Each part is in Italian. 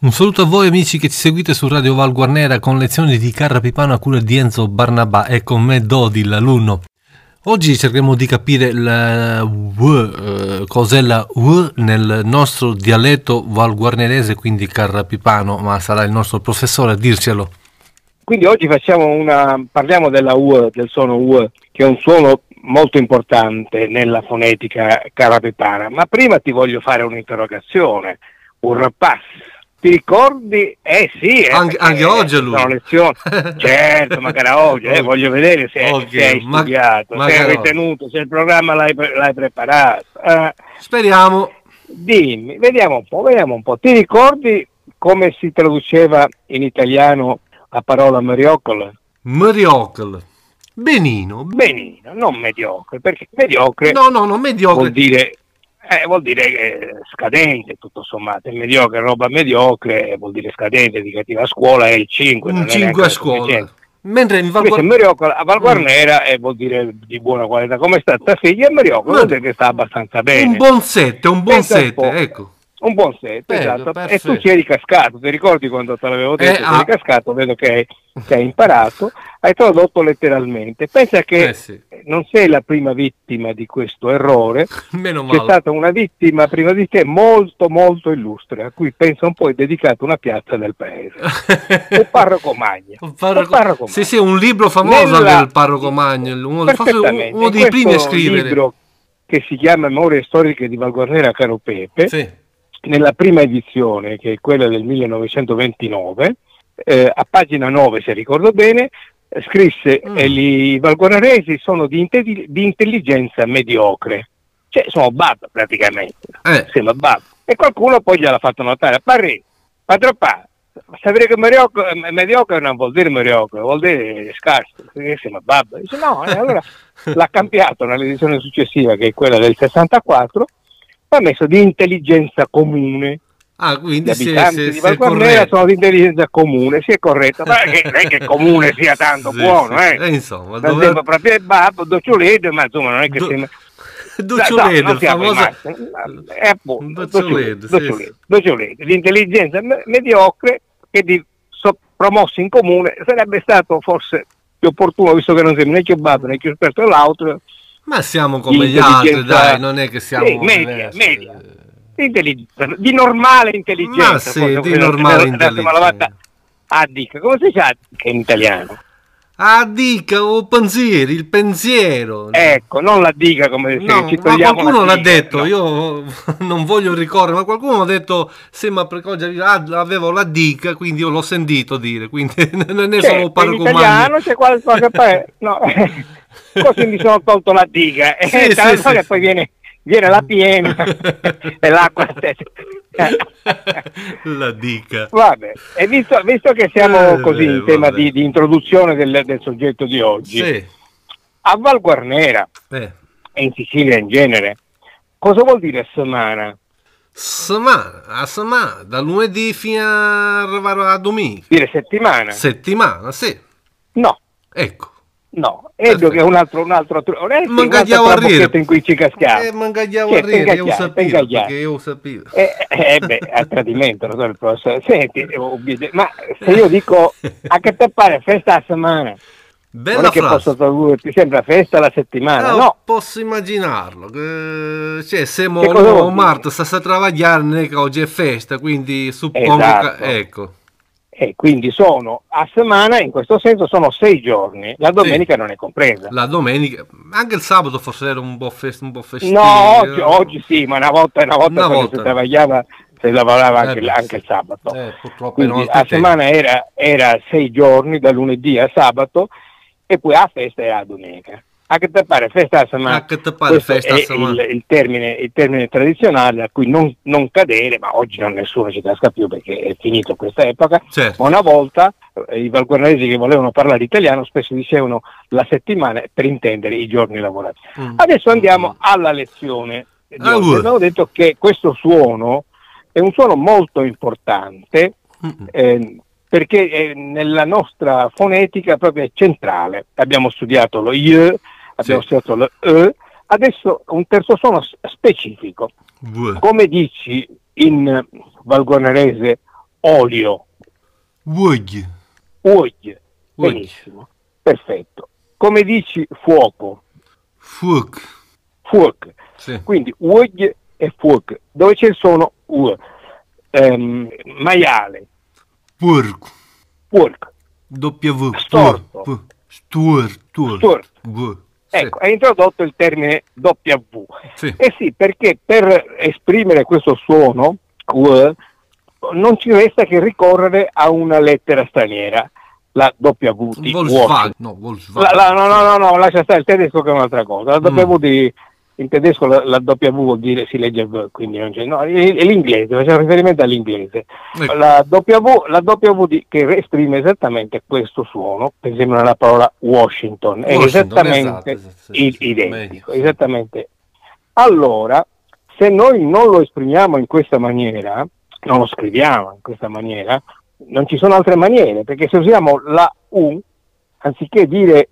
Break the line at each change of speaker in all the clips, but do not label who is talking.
Un saluto a voi amici che ci seguite su Radio Val Guarnera con lezioni di Carrapipano a cura di Enzo Barnabà e con me Dodi, l'alunno. Oggi cercheremo di capire la W, eh, cos'è la W nel nostro dialetto valguarnerese, quindi carrapipano, ma sarà il nostro professore a dircelo.
Quindi oggi facciamo una, parliamo della U, del suono U, che è un suono molto importante nella fonetica carapipana, ma prima ti voglio fare un'interrogazione, un rapass. Ti ricordi? Eh sì, eh,
Anche-
perché
anche oggi è lui.
sono lezioni. Certo, magari oggi, eh, voglio vedere se,
Ok,
se hai
ma-
studiato, se
magari
hai
oggi.
ritenuto, se il programma l'hai, pre- l'hai preparato. Ah,
Speriamo.
dimmi, vediamo un po', vediamo un po'. Ti ricordi come si traduceva in italiano la parola meriocole?
Meriocl. Benino.
Benino, non mediocre, perché mediocre
No, no, non mediocre.
vuol dire, eh, vuol dire eh, scadente, tutto sommato. Il mediocre, roba mediocre, eh, vuol dire scadente, di cattiva scuola è il 5.
un 5 a scuola. Mentre in Mm.
Invece
Valguarnera...
Meriocola a Valguarnera eh, vuol dire di buona qualità, come sta tua figlia e Meriocola vuol dire che sta abbastanza bene.
Un buon 7, un buon
Pensa un
7,
po'.
ecco.
Un buon set,
Bello,
esatto.
perfetto.
E tu ci eri cascato, ti ricordi quando te l'avevo detto?
Eh,
ci
ah.
eri cascato, vedo che hai, che hai imparato, hai tradotto letteralmente. Pensa che
Eh sì,
non sei la prima vittima di questo errore,
meno
c'è
male.
stata una vittima prima di te molto molto illustre, a cui pensa un po' è dedicata una piazza del paese, il parroco Magna.
Un parroco-
Un parroco
sì,
Magno.
sì, un libro famoso
Nella-
del parroco Magno, uno, forse
Perfettamente.
uno dei
In
primi a
questo
scrivere.
libro che si chiama Memorie storiche di Valguarnera Caro Pepe,
Sì.
nella prima edizione, che è quella del 1929, eh, a pagina 9 se ricordo bene, eh, scrisse
Mm.
eh, gli- i valguarnaresi sono di, inte- di intelligenza mediocre, cioè sono bab praticamente,
Eh,
sembra bab. E qualcuno poi gliel'ha fatto notare, Parri, padropà, sapere che mediocre, eh, mediocre non vuol dire mediocre, vuol dire scarso, perché sembra bab. Dice no, eh, allora l'ha cambiato nell'edizione successiva che è quella del 64 ha messo di intelligenza comune
ah,
gli
quindi se,
abitanti
se,
di
se è
Valguarnera
corretto.
sono di intelligenza comune si è corretto ma non è che, non è che comune sia tanto
Sì,
buono
sì,
eh.
sì. insomma,
Per
dove...
esempio, proprio il babbo Doccioledo ma insomma non è che
Do-
sembra
Doccioledo,
No, no, non
il
siamo
famoso...
rimasti. Eh, appunto,
Doccioledo,
Doccioledo,
sì,
Doccioledo, Doccioledo. l'intelligenza me- mediocre che di so- promossi in comune sarebbe stato forse più opportuno visto che non sembra né più babbo né più esperto dell'altro
Ma siamo come
Di
gli altri,
intelligenza-
dai, non è che siamo...
Sì, media,
diversi.
media. intelligenza, di normale intelligenza.
Ma sì,
forse,
di
quello-
normale
quello- adesso me la vado
intelligenza.
A dica, come si dice ADIC in italiano?
Ah, dica, o pensieri, il pensiero.
Ecco, non la dica come se
No,
ci
ma
togliamo
qualcuno
la
l'ha
dica,
detto,
no.
io non voglio ricorrere, ma qualcuno ha detto, sì, ma perché oggi ah, avevo la dica, quindi io l'ho sentito dire, quindi ne, ne
Certo,
sono
in
parco
italiano c'è qualcosa che no, così mi sono tolto la diga Eh, e
Sì, sì, sì,
e
sì.
poi viene, viene la piena e l'acqua stessa.
La dica.
Vabbè, e visto, visto che siamo
Eh,
così in tema
vabbè.
di, di introduzione del, del soggetto di oggi,
Sì,
a Val Guarnera
eh.
e in Sicilia in genere. Cosa vuol dire semana?
Samà, a Samà, da lunedì fino a arrivare a domenica.
Dire settimana?
Settimana, sì.
No,
Ecco.
no,
Perfetto.
Edo che è un altro, un altro, tru- eh, sì, un altro
Mangagliavo a
trabocchetto
rire.
in cui ci caschiamo.
Eh, mangagliavo a
Certo,
rire, io
ingagliare,
sapevo,
ingagliare.
perché io sapevo.
Eh, eh, beh, a tradimento, lo so, il professore. Senti, obbede- ma se io dico a che te pare festa a settimana,
Eh,
non
Bella
è che
frase.
posso tradurti, sembra festa la settimana,
Ah,
no,
Posso immaginarlo. che- cioè, siamo
Che cosa vuol
no,
dire?
Marta sta a travagliare, non è che oggi è festa, quindi suppongo
Esatto.
che... Ecco.
e quindi sono a settimana, in questo senso sono sei giorni, la domenica non è compresa.
La domenica, anche il sabato forse era un po' fest, un po' festivo.
No, oggi, oggi sì, ma una volta, una volta
eh, Una
quando
volta.
si lavorava, si lavorava anche,
Eh,
il-
beh,
anche
sì.
il sabato.
Eh, purtroppo in altri
Quindi la
tempi.
settimana era, era sei giorni, da lunedì a sabato, e poi a festa era la domenica. A che te pare festa a settimana?
Ah, che te pare
Questo
festa
è
insomma.
il, il termine, il termine tradizionale a cui non, non cadere, ma oggi non nessuno ci casca più perché è finito questa epoca.
Certo.
Ma una volta eh, i valguarnaresi che volevano parlare italiano spesso dicevano la settimana per intendere i giorni lavorati.
Mm.
Adesso andiamo alla lezione di oggi, abbiamo detto che questo suono è un suono molto importante
Mm,
eh, perché è nella nostra fonetica proprio è centrale. Abbiamo studiato lo I, abbiamo
Sì.
studiato lo E, adesso un terzo suono s- specifico.
W.
Come dici in valguarnerese olio,
Wug.
uog,
Uog.
benissimo, perfetto. Come dici fuoco,
Fuck.
fuoc,
Sì.
quindi uog e fuoc, dove c'è il suono u, Ehm, maiale,
Porco.
fuoc,
W.
Storto.
P. Stuor. Tuor.
Storto.
W. Sì.
Ecco, è introdotto il termine W.
Sì.
Eh sì, perché per esprimere questo suono, W, non ci resta che ricorrere a una lettera straniera, la W di
Volkswagen.
Walk.
No,
La-
Volkswagen.
la- no, no, no, no, lascia stare il tedesco che è un'altra cosa. La
Mm.
W di- in tedesco la, la W vuol dire si legge V, quindi non c'è. No, è è l'inglese, facciamo riferimento all'inglese.
Ecco.
La W, la W di- che esprime esattamente questo suono, per esempio nella parola Washington, è
Washington, esatto,
esattamente
esatto, sì,
il-
sì,
identico,
meglio.
esattamente. Allora, se noi non lo esprimiamo in questa maniera, non lo scriviamo in questa maniera, non ci sono altre maniere, perché se usiamo la U, anziché dire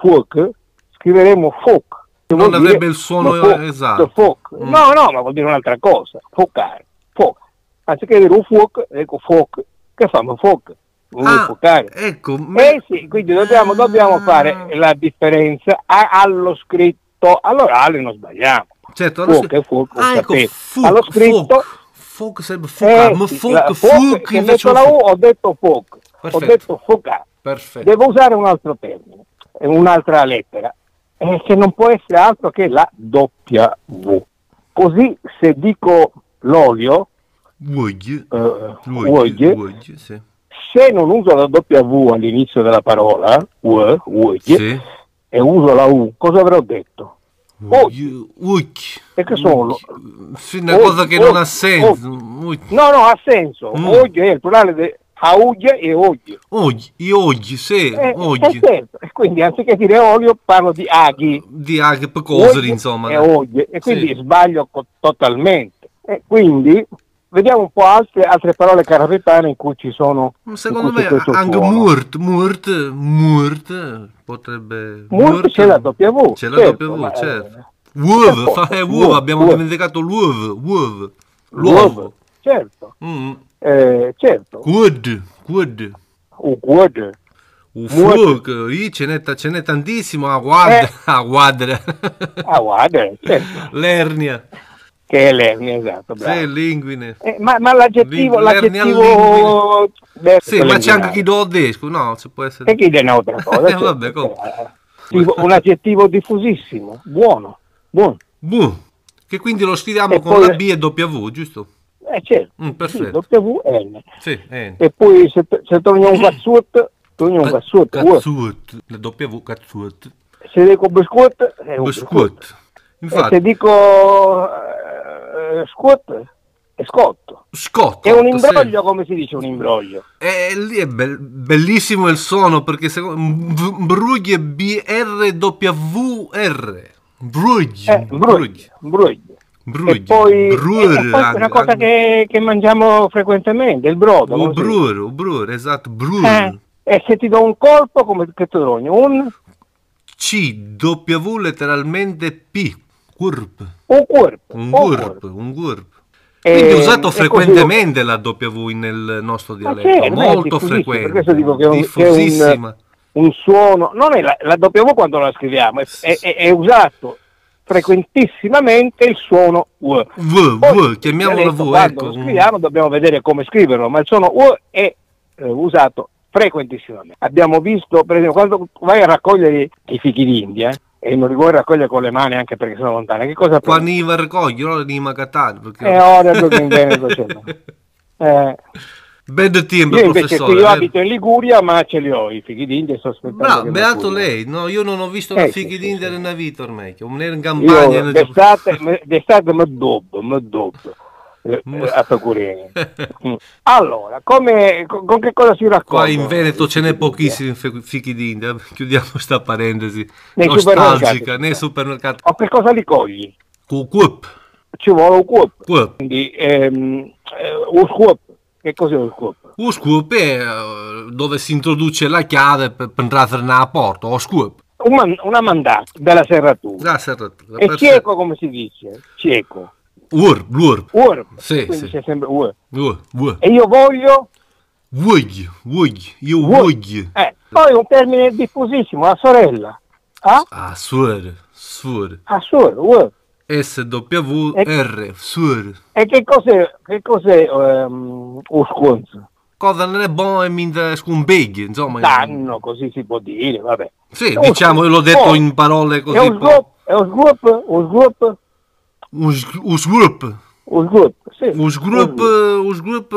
fuoc, scriveremo fuoc. che
Non
vuol dire
avrebbe il suono
fuoc,
esatto.
fuoc.
Mm.
No, no, ma vuol dire un'altra cosa, fuocare, fuoc. Anziché dire un fuoc, ecco fuoc, che fa un fuoc, un
Ah,
fuocare.
Ecco. Ah. ma-
Eh sì, quindi dobbiamo, dobbiamo fare la differenza a- allo scritto, allora Ale non sbagliamo.
Certo,
Fuoco,
scri-
fuoco,
ah, ecco,
sapete.
fuoco,
Allo scritto-
fuoco. Fuoco sarebbe
Eh
fuoco, ma
sì,
fuoco,
la-
fuoco
se
invece
metto la U
fuoco.
ho detto fuoc, ho
Perfetto.
detto fuoca.
Perfetto.
Devo usare un altro termine, eh, un'altra lettera, eh, che non può essere altro che la doppia V. Così se dico l'olio,
Voglio.
eh,
Voglio.
uoghe,
Voglio, sì.
se non uso la doppia V all'inizio della parola, u- uoghe,
Sì.
e uso la U, cosa avrò detto?
Voglio. Voglio.
E che sono?
Sì, una
Voglio,
cosa che non ha
voglio,
senso.
No, no, ha senso.
Mm.
Oggi è il plurale di auglie e oggi.
Oggi, io oggi, sì,
Eh,
oggi.
eh, certo. E Quindi anziché dire olio parlo di aghi.
Di anche per cose,
Oggi
insomma.
E oggi. E quindi
Sì.
sbaglio co- totalmente. E quindi vediamo un po' altre, altre parole carapetane in cui ci sono...
Ma Secondo
in cui
me
c'è questo
anche
suono.
Murt, Murt, Murt potrebbe...
Molto c'è la doppia V.
C'è la
certo,
doppia V,
ma-
certo. Uov, fa- eh, uova,
Uova,
abbiamo
uova.
dimenticato l'uov, uov.
L'uovo.
L'uovo.
Certo,
Mm.
eh, certo.
Quod, quod.
Un cuore.
Un
Murt.
fuoco, lì ce n'è, ta- ce n'è tantissimo, a guardare,
Eh.
a guardare.
Ah, guarda, certo.
L'ernia,
Che è l'ernia, esatto, bravo.
sì, linguine.
Eh, ma, ma l'aggettivo,
Lin- l'ernia
l'aggettivo
Sì, ma c'è anche chi do desco, no, se può essere...
e chi è un'altra cosa.
Eh,
cioè,
vabbè, com-
eh, tipo, un aggettivo diffusissimo, buono, buono.
Bu, che quindi lo scriviamo
E
con
poi-
la B e W, giusto?
Eh, certo.
Mm, perfetto.
Sì, WN.
Sì, eh.
E poi se, se torni un cazzut, torni
Ah,
un cazzut, uè.
Cazzuot, la W cazzuot.
se dico biscuit, è un biscuit.
Biscuot.
E se
Infatti,
dico eh, squat, è scotto.
scotto.
È un imbroglio, come si dice un imbroglio?
sì. E Eh, lì è bel- bellissimo il suono perché secondo Brugge BRWR. Brugge.
Eh, bruglie, bruglie.
Brugge.
e poi
Brugge,
e- e poi
anche-
una cosa
anche-
che, che mangiamo frequentemente, il brodo.
O
come si
Brur, o Brur, esatto, Brur.
dice. Eh, e se ti do un colpo, come che te lo rogno? Un,
CW letteralmente P. Curp.
un corpo.
Un GURP, un GURP.
E-
Quindi è usato
e
frequentemente la W nel nostro
Ma
dialetto,
certo, ma è
molto
diffusissimo,
frequente,
per questo dico che è un- che è un-
diffusissima.
così, Un suono, non è la, la W quando la scriviamo, è, è- è- è usato frequentissimamente il suono U.
V,
Poi,
V, chiamiamolo
adesso
V,
Quando
ecco.
lo
un-
scriviamo dobbiamo vedere come scriverlo, ma il suono U è eh, usato frequentissimamente. Abbiamo visto, per esempio, quando vai a raccogliere i fichi d'India eh, e non li vuoi raccogliere con le mani anche perché sono lontane, che cosa
Qua
prendi?
Niva Recoglio, ora di Macatani, perché...
Eh, ora dove in Veneto c'è, no. Eh,
Bad team,
io invece qui
professore.
io
eh.
abito in Liguria ma ce li ho i fichi d'India e sto aspettando
Bravo,
che
beato
maturi.
lei, no, io non ho visto
Eh,
la
sì,
fichi
sì,
d'India
sì.
nella vita ormai, che non ero in Campania.
Io
ero-
d'estate, me- d'estate mi dobbo, mi dobbo eh, eh, a Tocurini. Mm. Allora, come, con, con che cosa si racconta?
Qua in Veneto ce n'è pochissimi fe- fichi d'India, chiudiamo sta parentesi
Nei
nostalgica,
supermercati.
nei supermercati.
O che cosa li cogli?
Cucup,
ci vuole un cuop.
Cuop.
Quindi ehm, eh, un cuop, che cos'è un cuop?
O scoop è eh, dove si introduce la chiave per, per entrare nella porta, o scoop.
Un man- una mandata della serratura.
La serratura.
E cieco come si dice? Cieco.
Ur, l'ur,
Urb.
Sì,
Quindi
sì.
c'è sempre urb.
ur, ur.
E io voglio...
Vuoi, vuoi, io
Vuoi.
vuoi.
Eh, poi un termine diffusissimo, la sorella. Ah?
Ah, suor, suor.
Ah, sor, urb.
S-W-R, suor.
E che cos'è, che cos'è ehm, un sconzo?
Cosa non è buono e mi dà scumbeghi, insomma.
Danno, così si può dire, vabbè.
Sì,
Oh,
diciamo, l'ho detto
oh.
in parole così.
È un
po-
scoop, è un scoop, un scoop,
Un sg- un sgrup.
un scoop, sì.
Un sgrup, un sgrup,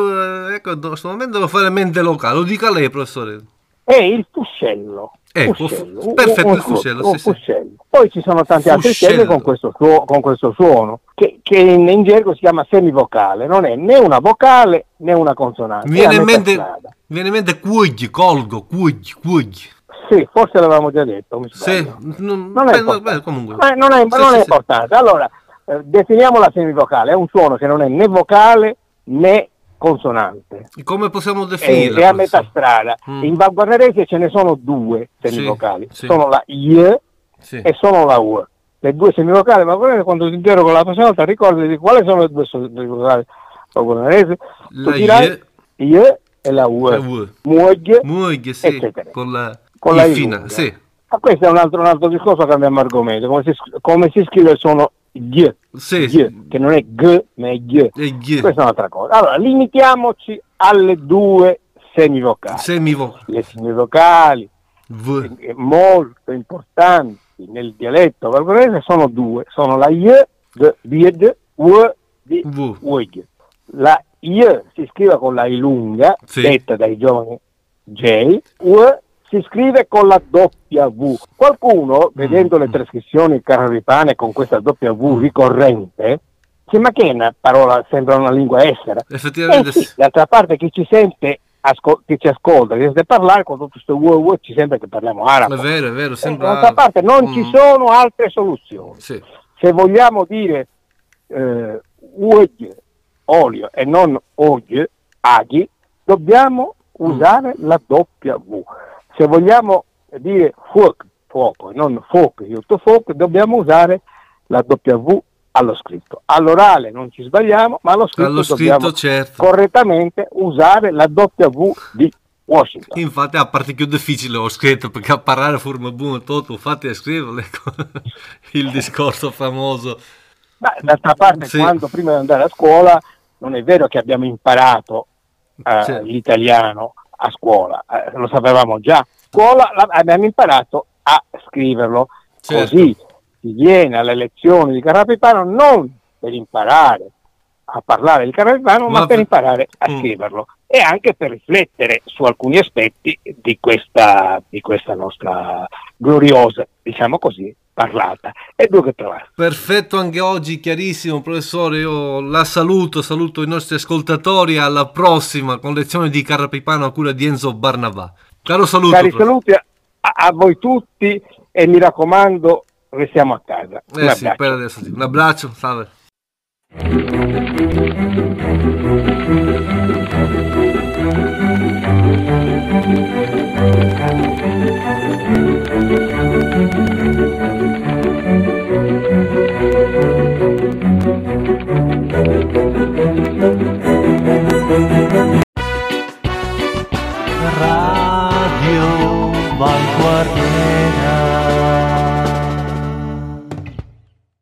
eh, ecco, in questo momento devo fare mente locale. Lo dica lei, professore.
È il fuscello.
Ecco,
Fuscello,
fu- perfetto,
un
il fuscello,
scoop,
sì,
un
sì.
fuscello. Poi ci sono tante altre
Fuscello.
stelle con questo, suo- con questo suono, che, che in, in gergo si chiama semivocale, non è né una vocale né una consonante.
Mi
è a
viene in
metà
mente,
strada.
mi viene in mente cuogli, colgo, cuogli, cuogli.
Sì, forse l'avevamo già detto, mi
Se,
sbaglio.
non,
Non è
Mm, beh, no,
importante.
beh, comunque.
Ma non è, ma
Sì,
non
sì,
è
sì.
importante. Allora, eh, definiamo la semivocale, è un suono che non è né vocale né consonante.
Come possiamo
È,
definirla?
Eh, è a
questa?
metà strada.
Mm.
In valguarnerese ce ne sono due semivocali,
Sì, sì.
sono la I
Sì.
e sono la U. Le due semivocali valguarnese, quando ti interrogo la prossima volta, ricordati quali sono le due semivocali valguarnese, tu
La
dirai
ie,
I e la U.
la u.
Muoglie.
Muoglie, sì,
Eccetera.
con la,
Con la
i
I
fina,
lunga.
sì.
Ma questo è un altro, un altro discorso, cambiamo argomento. Come si, come si scrive sono G,
Sì,
G, che non è G, ma è G.
e ghi,
Questa è un'altra cosa. Allora, limitiamoci alle due semivocali.
semivo,
Le semivocali,
v,
eh, molto importanti nel dialetto valgorese, sono due. Sono la I, D, Bied, U, di
v,
Uig. La I si scrive con la I lunga,
Sì.
detta dai giovani J, U si scrive con la W. Qualcuno,
Mm,
vedendo le trascrizioni cararipane con questa
Mm.
W ricorrente, dice ma che è una parola, sembra una lingua estera. Eh
effettivamente
sì,
sì.
d'altra parte chi ci sente, asco- chi ci ascolta, chi sente parlare con tutto questo U, U, ci sembra che parliamo
È
arabo.
vero, è vero,
Eh,
sembra...
D'altra parte non ci
Mm,
sono altre soluzioni
Sì,
se vogliamo dire eh, UEG, olio e non OG, aghi, dobbiamo usare la W. Se vogliamo dire fuoc, fuoco e non fuoco, aiuto fuoco, dobbiamo usare la W allo scritto. All'orale non ci sbagliamo, ma allo scritto
allo
dobbiamo
scritto certo.
correttamente usare la W di Washington.
Infatti è la parte più difficile ho scritto perché a parlare forma buona tutto, fate a scriverle con ecco, il discorso famoso.
Ma d'altra parte,
Sì.
quando prima di andare a scuola, non è vero che abbiamo imparato eh,
Sì.
l'italiano a scuola, eh, lo sapevamo già. A scuola la- abbiamo imparato a scriverlo.
Certo.
Così si viene alle lezioni di Carrapipano non per imparare a parlare di Carrapipano, ma,
Ma
per
per-
imparare a
Mm.
scriverlo e anche per riflettere su alcuni aspetti di questa, di questa nostra gloriosa, diciamo così, parlata. E dunque trovare.
Perfetto anche oggi, chiarissimo professore, io la saluto, saluto i nostri ascoltatori, alla prossima con lezioni di Carrapipano a cura di Enzo Barnavà. Caro saluto.
Cari
prof.
saluti a, a voi tutti e mi raccomando, restiamo a casa. Un
Eh sì,
abbraccio.
per adesso sì. Un abbraccio, salve.
Radio Valguarnera